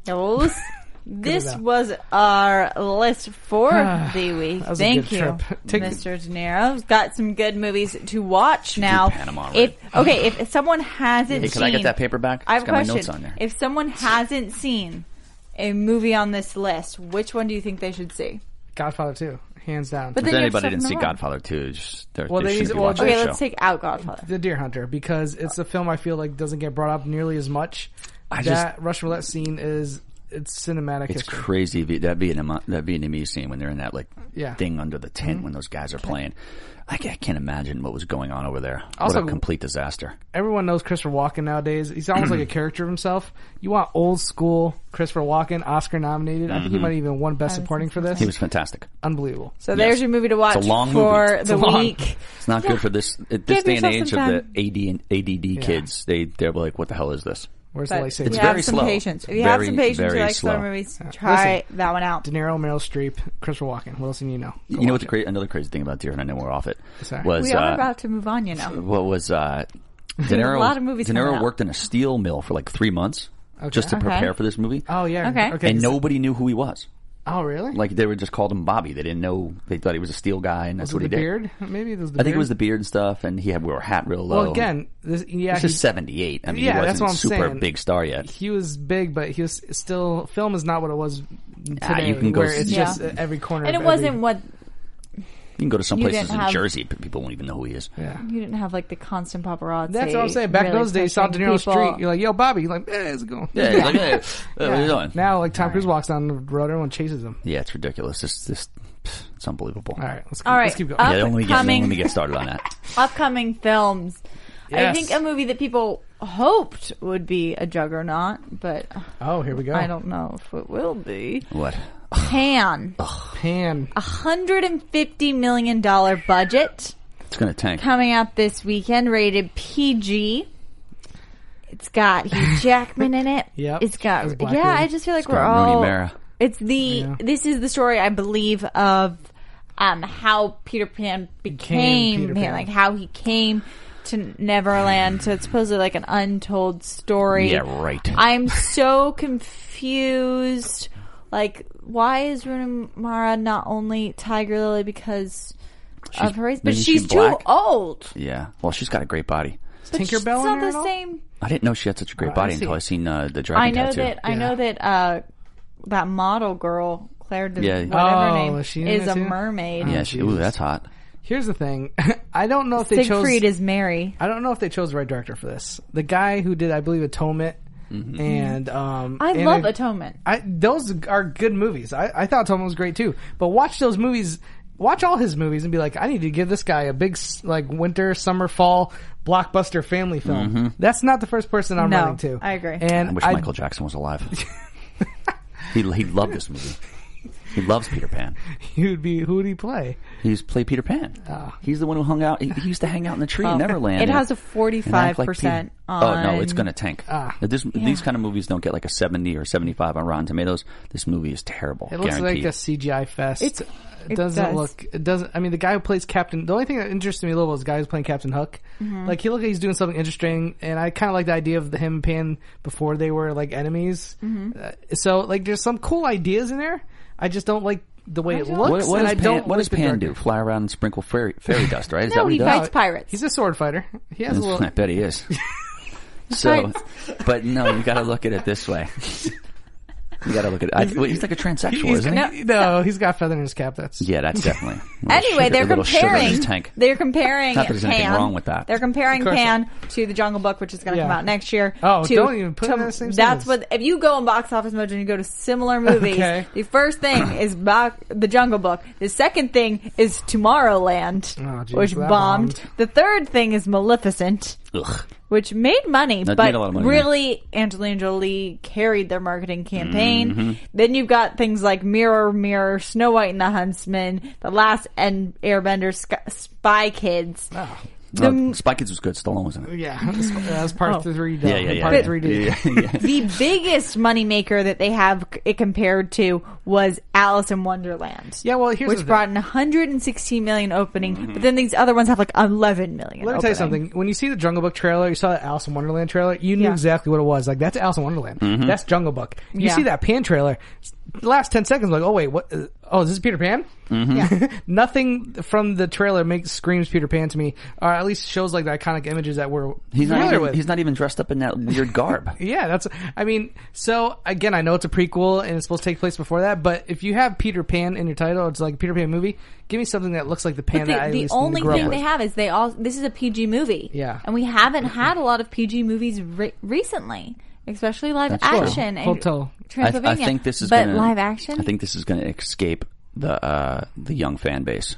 Those- This enough. was our list for the week. was a Thank good you, trip. Take- Mr. De Niro's got some good movies to watch now. Panama Red. If okay, if someone hasn't Hey, can seen, I get that paperback? I have it's got a my notes question. on there. If someone hasn't seen a movie on this list, which one do you think they should see? Godfather 2, hands down. if But then you have anybody stuff in didn't the see wrong. Godfather 2, just, they're, Well, they they should use- be well, watching Okay, the let's show. take out Godfather. The Deer Hunter because it's a film I feel like doesn't get brought up nearly as much. I just- that Rush Roulette scene is it's cinematic. It's history. crazy Vi- that Vietnam that Vietnamese scene when they're in that like Yeah. Mm-hmm. thing under the tent when those guys are playing. I ca- I can't imagine what was going on over there. Also- what a complete disaster. Everyone knows Christopher Walken nowadays. He's almost like a character of himself. You want old school Christopher Walken, Oscar nominated. I think he might have even won Best Supporting for this. Mm-hmm. He was fantastic. unbelievable. So there's your movie to watch It's a long for movie. It's the a long- week. It's not good for this at this Give day and yourself age of some the time. AD and ADD kids. They they're like, what the hell is this? Where's But the lightsaber? if It's you De very have some slow. patience. If you have Very, some patience, you very like slow slow. movies. Try Uh, Listen. that one out. Niro, Meryl Streep, Christopher Walken. What else do you know? Go you know watch what's cra- another crazy thing about Deer, and I know we're off it. Sorry. Was We are uh, about to move on, you know. what was uh, De Niro? a lot of movies De coming Niro out. worked in a steel mill for like three months just to Okay. prepare for this movie. it. Oh yeah. Okay. Okay. and nobody knew who he was. Oh really? Like they were just called him Bobby. They didn't know. They thought he was a steel guy, and that's what was it he the did. beard? Maybe it was the I beard. think it was the beard and stuff, and he had wore a hat real low. Well, again, this, yeah, this he- is '78. I mean, Yeah, he wasn't that's what I'm super saying. big star yet. he was big, but he was still film is not what it was today. Ah, you can go where s- it's Yeah. just at every corner. And of it wasn't every- what You can go to some You places didn't in have- Jersey, but people won't even know who he is. Yeah. you didn't have like the constant paparazzi. That's what I'm saying. Back in really those days, you saw De pushing Niro on the street. people. You're like, "Yo, Bobby." You're like, "Hey, how's it going?" Yeah, like, hey, uh, what are you doing? Now, like Tom Cruise walks down the road, everyone chases him. Yeah, it's ridiculous. It's just, pff, it's unbelievable. All right, let's keep, All right. let's keep going. Uh, Yeah, don't let me get, Upcoming. don't let me get started on that. upcoming films. I Yes. think a movie that people hoped would be a juggernaut, but oh, here we go. I don't know if it will be. What? Pan, Pan. hundred and fifty million dollar budget It's gonna tank. coming out this weekend, rated PG. It's got Hugh Jackman in it. Yep. It's got It's Black yeah. Widow. I just feel like It's we're got all Rooney Mara. It's the this is the story I believe of um, how Peter Pan became Peter Pan, Pan. like how he came to Neverland. So it's supposedly like an untold story. Yeah, right. I'm so confused. Like, why is Rooney Mara not only Tiger Lily because of her race, but isn't she's she too black? old. Yeah. Well, she's got a great body. Tinkerbell. It's in not there the at all? same. I didn't know she had such a great I body see. until I seen uh, the dragon I know tattoo. that. I Yeah. know that. uh That model girl, Claire, de, Yeah. whatever her Oh, name, is she in is it a too? mermaid. yeah. Oh, She, ooh, that's hot. Here's the thing. I don't know if they chose. Siegfried is Mary. I don't know if they chose the right director for this. The guy who did, I believe, Atonement Mm-hmm. and um, I and love Atonement. I those are good movies. I, I thought Tom was great too. But watch those movies, watch all his movies, and be like, I need to give this guy a big s- like winter, summer, fall blockbuster family film. That's not the first person I'm No, running to. I agree. And Mm-hmm. I wish I- Michael Jackson was alive. he he loved this movie. He loves Peter Pan. he would be who would he play? He used to play Peter Pan. Ah. He's the one who hung out. He, he used to hang out in the tree Oh, in Neverland. and- It has a and act like 45% Peter. Oh no, it's on- going to tank. Ah. This- These kind of movies don't get like a seventy or seventy-five on Rotten Tomatoes. This movie is terrible. It looks guaranteed. like a CGI fest. It's- it, it doesn't does. look. It doesn't. I mean, the guy who plays Captain. The only thing that interests me a little was the guy who's playing Captain Hook. Mm-hmm. Like he looked like he's doing something interesting, and I kind of like the idea of the him and Pan before they were like enemies. Mm-hmm. Uh, so like, there's some cool ideas in there. I just don't like the way it What, looks, what and does I Pan, don't. what like does the Pan dark- do? Fly around and sprinkle fairy, fairy dust, right? Is that No, what he he does? fights pirates. He's a sword fighter. He has a little. I bet he is. So, but no, you got to look at it this way. You got to look at it. I, well, he's like a transsexual, he's- isn't he? no, he's got feather in his cap. That's Yeah, that's definitely. Anyway, they're little sugar- little sugar in comparing. his tank. They're comparing. Not that there's anything Pan- wrong with that. They're comparing course Pan to the Jungle Book, which is going to come Yeah. out next year. Oh, to, don't even put it to- in the same That's sentence. what if you go on Box Office Mojo and you go to similar movies. Okay. The first thing is bo- the Jungle Book. The second thing is Tomorrowland, Oh, geez, which that bombed. bombed. The third thing is Maleficent. Ugh. Which made money, That but made a lot of money, really, Angelina Jolie carried their marketing campaign. Mm-hmm. Then you've got things like Mirror, Mirror, Snow White and the Huntsman, The Last and Airbender, Sc- Spy Kids. Ah. The, No, Spy Kids was good. Stallone was in it. yeah. That was part Oh. three. Yeah, yeah, yeah. Part yeah. three. D. Yeah, yeah, yeah. the biggest moneymaker that they have c- it compared to was Alice in Wonderland. Yeah, well, here's the which thing. brought in 116 million opening, Mm-hmm. but then these other ones have like 11 million. Let me tell you something. When you see the Jungle Book trailer, you saw the Alice in Wonderland trailer, you knew Yeah. exactly what it was. Like, that's Alice in Wonderland. Mm-hmm. That's Jungle Book. You Yeah. see that Pan trailer, s- the last 10 seconds, like, oh, wait, what? uh, oh, is this Peter Pan? Mm-hmm. Nothing from the trailer makes screams Peter Pan to me, or at least shows like the iconic images that we're He's not, familiar even, with. he's not even dressed up in that weird garb. Yeah, that's. I mean, so again, I know it's a prequel and it's supposed to take place before that, but if you have Peter Pan in your title, it's like a Peter Pan movie. Give me something that looks like the Pan But that I the, at the least only grew up thing with. they have is they all. This is a PG movie. Yeah. And we haven't had a lot of PG movies re- recently, especially live That's true. action. and Hotel. I, th- I Transylvania. think this is but gonna, live action. I think this is going to escape the uh, the young fan base.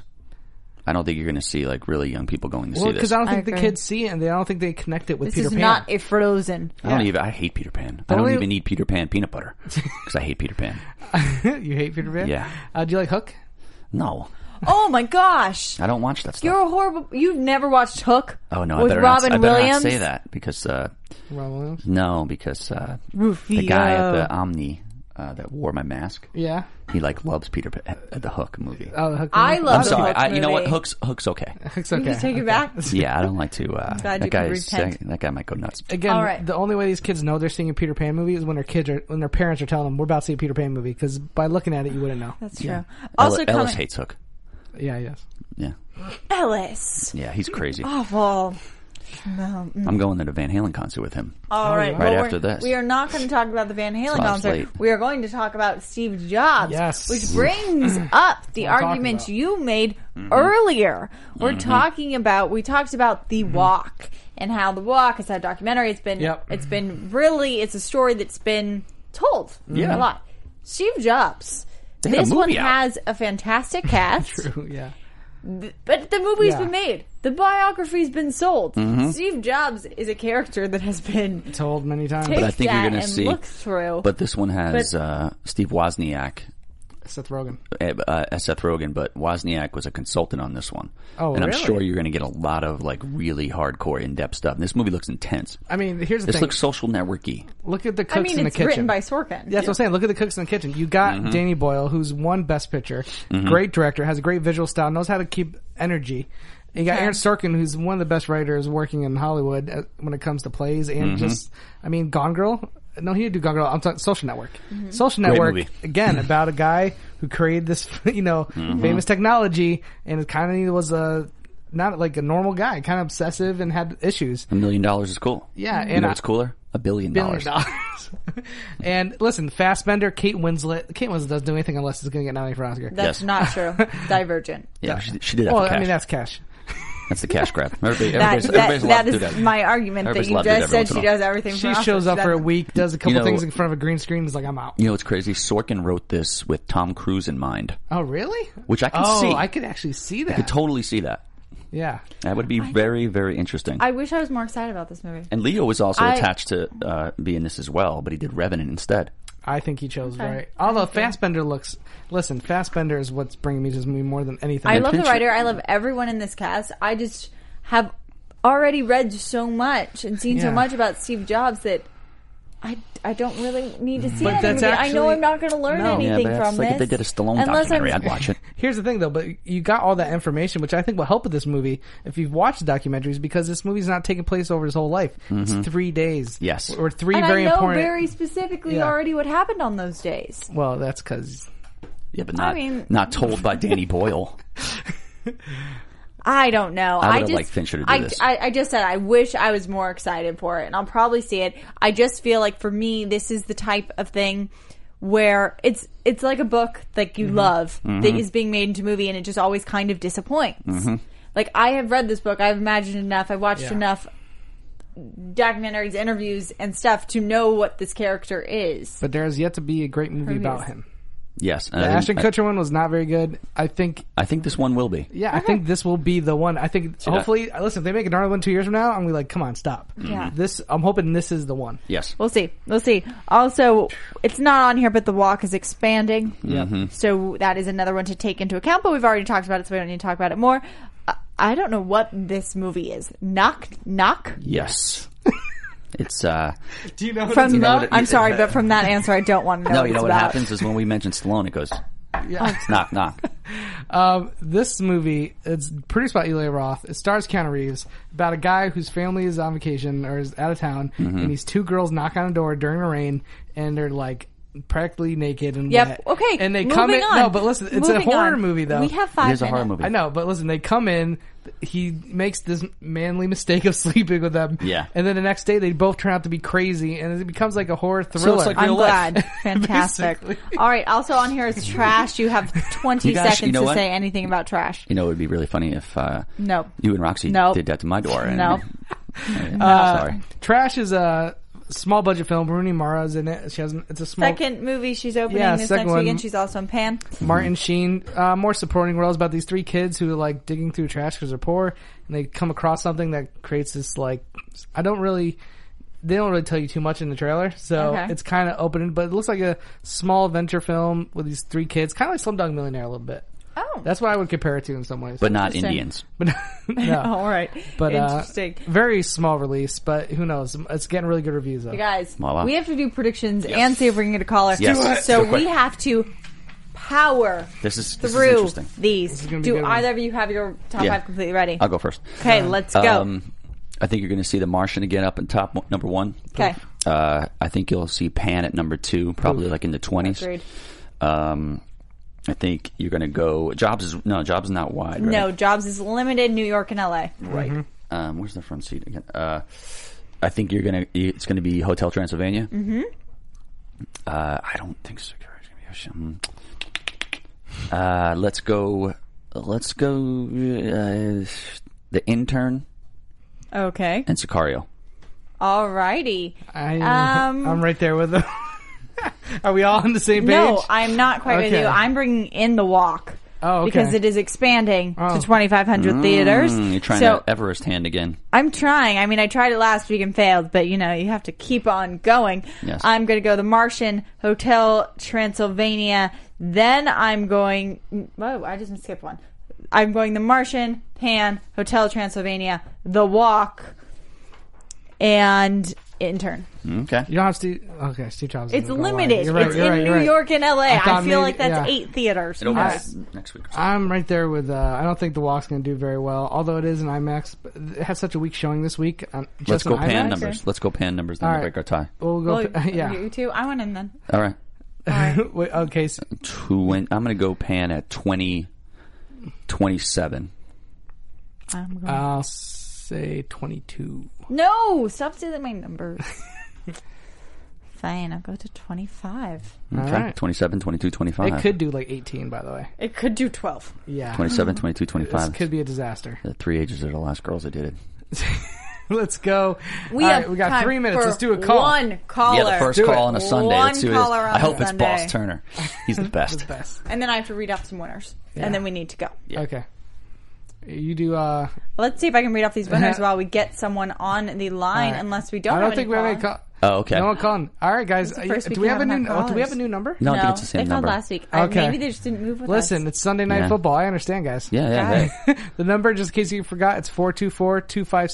I don't think you're going to see like really young people going to Well, see this. because I don't I think the agree. kids see it and they I don't think they connect it with this Peter is Pan. not a Frozen. I don't even. I hate Peter Pan. Oh, I don't Only- even need Peter Pan peanut butter because I hate Peter Pan. you hate Peter Pan? Yeah. Uh, do you like Hook? No, Oh my gosh. I don't watch that stuff. You're a horrible. You've never watched Hook. oh no, I with better, not, Robin I better Williams. not say that because uh, Robin Williams. no, because uh, Rufio. the guy at the Omni uh, that wore my mask, Yeah. he like loves Peter Pan, uh, the Hook movie. Oh, the Hook. I movie. love. I'm sorry. The Hook I, you know what? movie. Hook's Hook's okay. Hook's okay. You take it back. Yeah, I don't like to. Uh, glad that you guy could is repent. Uh, sick. That guy might go nuts. Again, All right. the only way these kids know they're seeing a Peter Pan movie is when their kids are when their parents are telling them we're about to see a Peter Pan movie because by looking at it you wouldn't know. That's true. Ellis, Also, Ellis coming, hates Hook. Yeah, yes. Yeah, Ellis. yeah, he's crazy. uh, Awful. No. I'm going to the Van Halen concert with him. All right. Right we're- after this. we are not going to talk about the Van Halen why I was concert. late. We are going to talk about Steve Jobs. Yes. Which brings up the I'm talking arguments about. you made Mm-hmm. earlier. We're talking about we talked about the walk and how the walk is that documentary. It's been Mm-hmm. Yep. it's been really it's a story that's been told Yeah. a lot. Steve Jobs. had a This one movie out. has a fantastic cast. yeah. But the movie's Yeah. been made. The biography's been sold. Mm-hmm. Steve Jobs is a character that has been picked Told many times. I think you're at gonna and see- looked through. But this one has But- uh, Steve Wozniak Seth Rogen. uh, uh, as Seth Rogen, but Wozniak was a consultant on this one. Oh, and I'm really? sure you're going to get a lot of like really hardcore, in depth stuff. And this movie looks intense. I mean, here's the This thing. looks social networky. Look at the cooks I mean, in the it's kitchen. written by Sorkin. That's what I'm saying. Look at the cooks in the kitchen. You got Danny Boyle, who's won Best Picture, great director, has a great visual style, knows how to keep energy. And you got Aaron Sorkin, who's one of the best writers working in Hollywood uh, when it comes to plays and just, I mean, Gone Girl. No, he didn't do Gone Girl. I'm talking Social Network. Social Network movie. again about a guy who created this, you know, famous technology, and kind of was a not like a normal guy, kind of obsessive and had issues. A million dollars is cool. Yeah, You and know I- what's cooler? A billion, billion dollars. dollars. and listen, Fassbender, Kate Winslet. Kate Winslet doesn't do anything unless it's going to get nominated for an Oscar. That's Yes. not true. Divergent. Yeah, she, she did that well, for cash. I mean that's cash. That's the cash grab. Everybody, That, everybody's, that, everybody's allowed that to do is that. my argument that Everybody's you allowed to do just that every said once she in a while. does everything. She for shows office. up for a That- week, does a couple You know- things in front of a green screen, is like, I'm out. You know what's crazy? Sorkin wrote this with Tom Cruise in mind, Oh, really? which I can oh, see. I could actually see that. I could totally see that. yeah. That would be very, very interesting. I wish I was more excited about this movie. and Leo was also I- attached to uh, be in this as well, but he did Revenant instead. I think he chose right. Although Fassbender looks, listen, Fassbender is what's bringing me to this movie more than anything. I love the pinch it. writer. I love everyone in this cast. I just have already read so much and seen so Yeah. much about Steve Jobs that I, I don't really need to see Mm-hmm. But that that's movie. I know actually- I'm not going to learn No. Yeah, anything but from that's like this. if they did a Stallone unless documentary, I'm, I'd watch it. Here's the thing, though, but you got all that information, which I think will help with this movie if you've watched documentaries, because this movie's not taking place over his whole life. It's three days. Mm-hmm. Yes. or three And very I know important. very specifically Yeah. already what happened on those days. well, that's because Yeah, but not mean- not told by Danny Boyle. I don't know. I I, would've just liked Fincher to do I, this. I, I just said I wish I was more excited for it, and I'll probably see it. I just feel like for me, this is the type of thing where it's it's like a book that Mm-hmm. you love that is being made into movie, and it just always kind of disappoints. Mm-hmm. Like I have read this book, I've imagined enough, I've watched Yeah. enough documentaries, interviews, and stuff to know what this character is. but there is yet to be a great movie about him. Yes, and The I, Ashton think, I, Kutcher one was not very good. I think, I think this one will be. yeah, I think this will be the one. I think that- hopefully, uh, listen, if they make another one two years from now, I'm gonna be like, come on, stop. Mm-hmm. Yeah. this I'm hoping this is the one. Yes, We'll see. We'll see. Also, it's not on here, but the walk is expanding. Yeah. Mm-hmm. So that is another one to take into account. But we've already talked about it, so we don't need to talk about it more. I- I don't know what this movie is. Knock, knock. yes. it's uh, Do you know what From it's about? what it- I'm sorry, but from that answer, I don't want to know. no. what You know it's what about. happens is when we mention Stallone, it goes Yeah. knock knock. Um, this movie it's produced by Eli Roth. It stars Keanu Reeves about a guy whose family is on vacation or is out of town, Mm-hmm. and these two girls knock on a door during the rain, and they're like practically naked and Yep. wet. Okay. and they moving come in. On. No, but listen, it's a Moving horror on. movie though. We have five. It is a horror minutes. movie. I know, but listen, they come in. He makes this manly mistake of sleeping with them. Yeah. and then the next day they both turn out to be crazy, and it becomes like a horror thriller. like I'm real life. glad. Fantastic. Basically. All right. Also on here is trash. You have 20 You guys- you seconds know to what? say anything about trash. You know, it would be really funny if uh, No. you and Roxy Nope. Uh, did that to my door. And, No. I'm sorry. Trash is a small budget film. Rooney Mara's in it. She has not it's a small Second movie she's opening Yeah, this second next one. weekend. She's also in Pan. Martin Sheen, uh, more supporting roles about these three kids who are like digging through trash because they're poor and they come across something that creates this like, I don't really, they don't really tell you too much in the trailer, so Okay. it's kind of open, but it looks like a small adventure film with these three kids, kind of like Slumdog Millionaire a little bit. Oh. That's what I would compare it to in some ways. But not Interesting. Indians. but no. All right. But uh, Interesting. very small release, but who knows? It's getting really good reviews though. You guys, Voila. we have to do predictions and see if we can get a caller. Yes. Do it. So So quick. we have to power This is, this is through interesting. these. gonna be a Do good one. either of you have your top Yeah. five completely ready? I'll go first. Okay, let's go. Um, I think you're going to see The Martian again up in top one, number one. Okay. Uh, I think you'll see Pan at number two, probably like in the twenties. Agreed. Um, I think you're going to go. Jobs is no. Jobs is not wide. Right? No, Jobs is limited. New York and L.A. Right. Um, where's the front seat again? Uh, I think you're gonna. It's gonna be Hotel Transylvania. Mm-hmm. Uh, I don't think so. It's gonna be Ocean. Uh, let's go. Let's go. Uh, the intern Okay. and Sicario. All righty. I, Um, I'm right there with them. Are we all on the same page? No, I'm not quite with Okay. you. I'm bringing in the walk. Oh, okay. Because it is expanding Oh. to 2,500 theaters. Mm, you're trying so to Everest hand again. I'm trying. I mean, I tried it last week and failed, but you know, you have to keep on going. Yes. I'm going to go The Martian, Hotel Transylvania. Then I'm going. Whoa, I just skipped one. I'm going The Martian, Pan, Hotel Transylvania, The Walk, and Intern. Okay. You don't have Steve. Okay, Steve Jobs. It's isn't gonna lie. limited. You're right, it's you're in right, New you're right. York and LA. I I, thought feel maybe- like that's yeah. eight theaters. It'll be I- next week. I'm right there with. Uh, I don't think the walk's going to do very well, although it is an IMAX. but It has such a weak showing this week. Um, Let's just go an pan IMAX. numbers. Let's go pan numbers. Then All we'll right. break our tie. We'll go. Well, yeah. You two, I want in then. All right. Wait, okay. So, Two. win- I'm gonna go pan at 20, 27. I'm going- I'll say 22. no, stop stealing my numbers. Fine, I'll go to 25. All Okay. right. twenty seven, twenty two, twenty five. It could do like 18, by the way. It could do 12. Yeah. 27, 22, This 25. could be a disaster. the three ages are the last girls that did it. Let's go. We All have right, we got time three minutes. for Let's do a call. One caller. Yeah, the first Do call it. on a Sunday. One Let's see who it is. caller on I hope a it's Sunday. Boss Turner. He's the best. Best. And then I have to read off some winners. And then we need to go. Okay. You do. uh Let's see if I can read off these winners while we get someone on the line, Alright. unless we don't have I don't any think we have any call. call. Oh, okay. No one calling. All right, guys. the first Uh, week Do we we have a haven't new? had oh, do we callers. have a new number? no, I No, think it's the same they number. called last week. Okay. I, maybe they just didn't move with us. Listen, it's Sunday night Yeah. football. I understand, guys. Yeah, yeah, Guys. they- the number, just in case you forgot, it's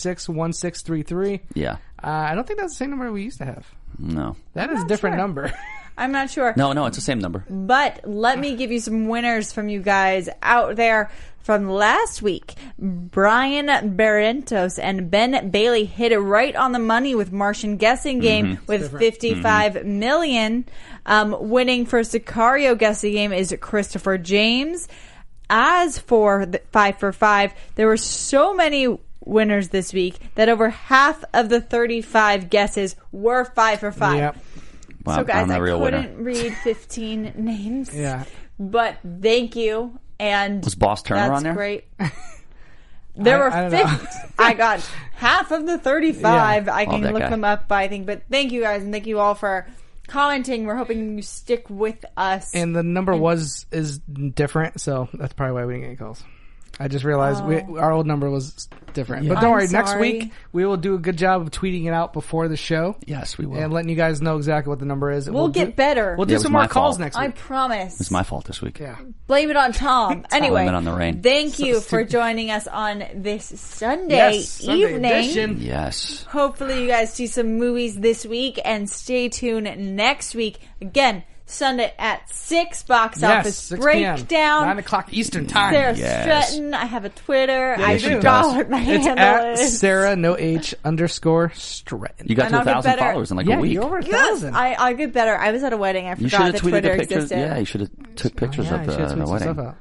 424-256-1633. yeah. Uh, I don't think that's the same number we used to have. No, That is a different number. I'm not sure. no, no. It's the same number. Mm. But let me give you some winners from you guys out there from last week. Brian Barrentos and Ben Bailey hit it right on the money with Martian Guessing Game with fifty-five million. Um, winning for Sicario Guessing Game is Christopher James. As for the five for five, there were so many winners this week that over half of the 35 guesses were five for five. Yep. Wow, So guys, I'm the I real winner. couldn't read 15 names. Yeah. But thank you. And Was Boss Turner that's on there? great. There I- were I don't know. 50. I got half of the 35. Yeah. I can that look guy. them up by thing. But thank you guys and thank you all for commenting. We're hoping you stick with us. And the number was is different, so that's probably why we didn't get any calls. I just realized we, our old number was different. But don't Oh. I'm worry, next sorry. week we will do a good job of tweeting it out before the show Yes, we will. and letting you guys know exactly what the number is. we'll, get do, better. We'll do Yeah, it was some more my calls fault. next I week. promise. it's my fault this week. yeah. Blame it on Tom. anyway, Blame it on the rain. Thank you for joining us on this Sunday Yes, Sunday evening. edition. Yes. Hopefully, you guys see some movies this week and stay tuned next week. Again, Sunday at 6, box Yes, office 6 p.m., breakdown. nine o'clock Eastern time. Sarah Yes. Stratton. I have a Twitter. I you do. forgot what my It's handle at is. Sarah no H underscore Stratton. You got And to I'll a get thousand better. followers in like yeah, a week. you're over a Yes, thousand. I, I'll get better. I was at a wedding. I You forgot have tweeted that Twitter the pictures. existed. Yeah, you should have took pictures yeah, of you should the, tweet the some stuff wedding. out.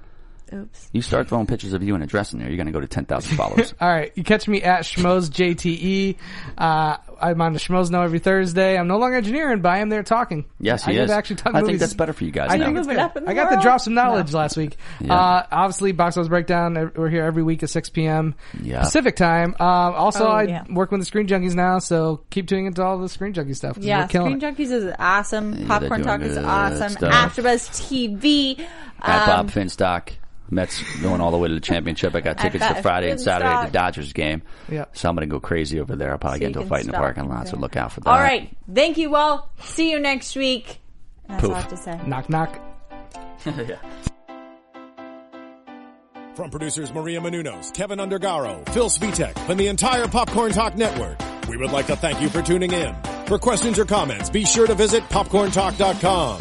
Oops. You start throwing pictures of you in a dress in there. You're going to go to ten thousand followers. All right, you catch me at Schmoes JTE. Uh, I'm on the Schmoes Now every Thursday. I'm no longer engineering, but I am there talking. Yes, I he get is. to actually talk I movies. think that's better for you guys. I now. think it's Moving good. up in the I got to world. drop some knowledge last week. Yeah. Uh, obviously, Box Office Breakdown. uh, We're here every week at 6 p.m. Yeah. Pacific time. Um, also, Oh, I yeah. work with the Screen Junkies now, so keep doing it to all the Screen Junkie stuff. 'cause Yeah, we're killing Screen it. Junkies is awesome. Popcorn doing Talk is good awesome. stuff. AfterBuzz TV. At um, Bob Finstock. Mets going all the way to the championship. I got tickets Bob to Friday and Saturday at Finstock. the Dodgers game. Yeah. So I'm going to go crazy over there. I'll probably So get into you a can fight in the stop parking lot, so there. look out for that. All right. Thank you all. See you next week. That's all I have to Poof. say. Knock, knock. From producers Maria Menunos, Kevin Undergaro, Phil Svitek, and the entire Popcorn Talk Network, we would like to thank you for tuning in. For questions or comments, be sure to visit popcorntalk.com.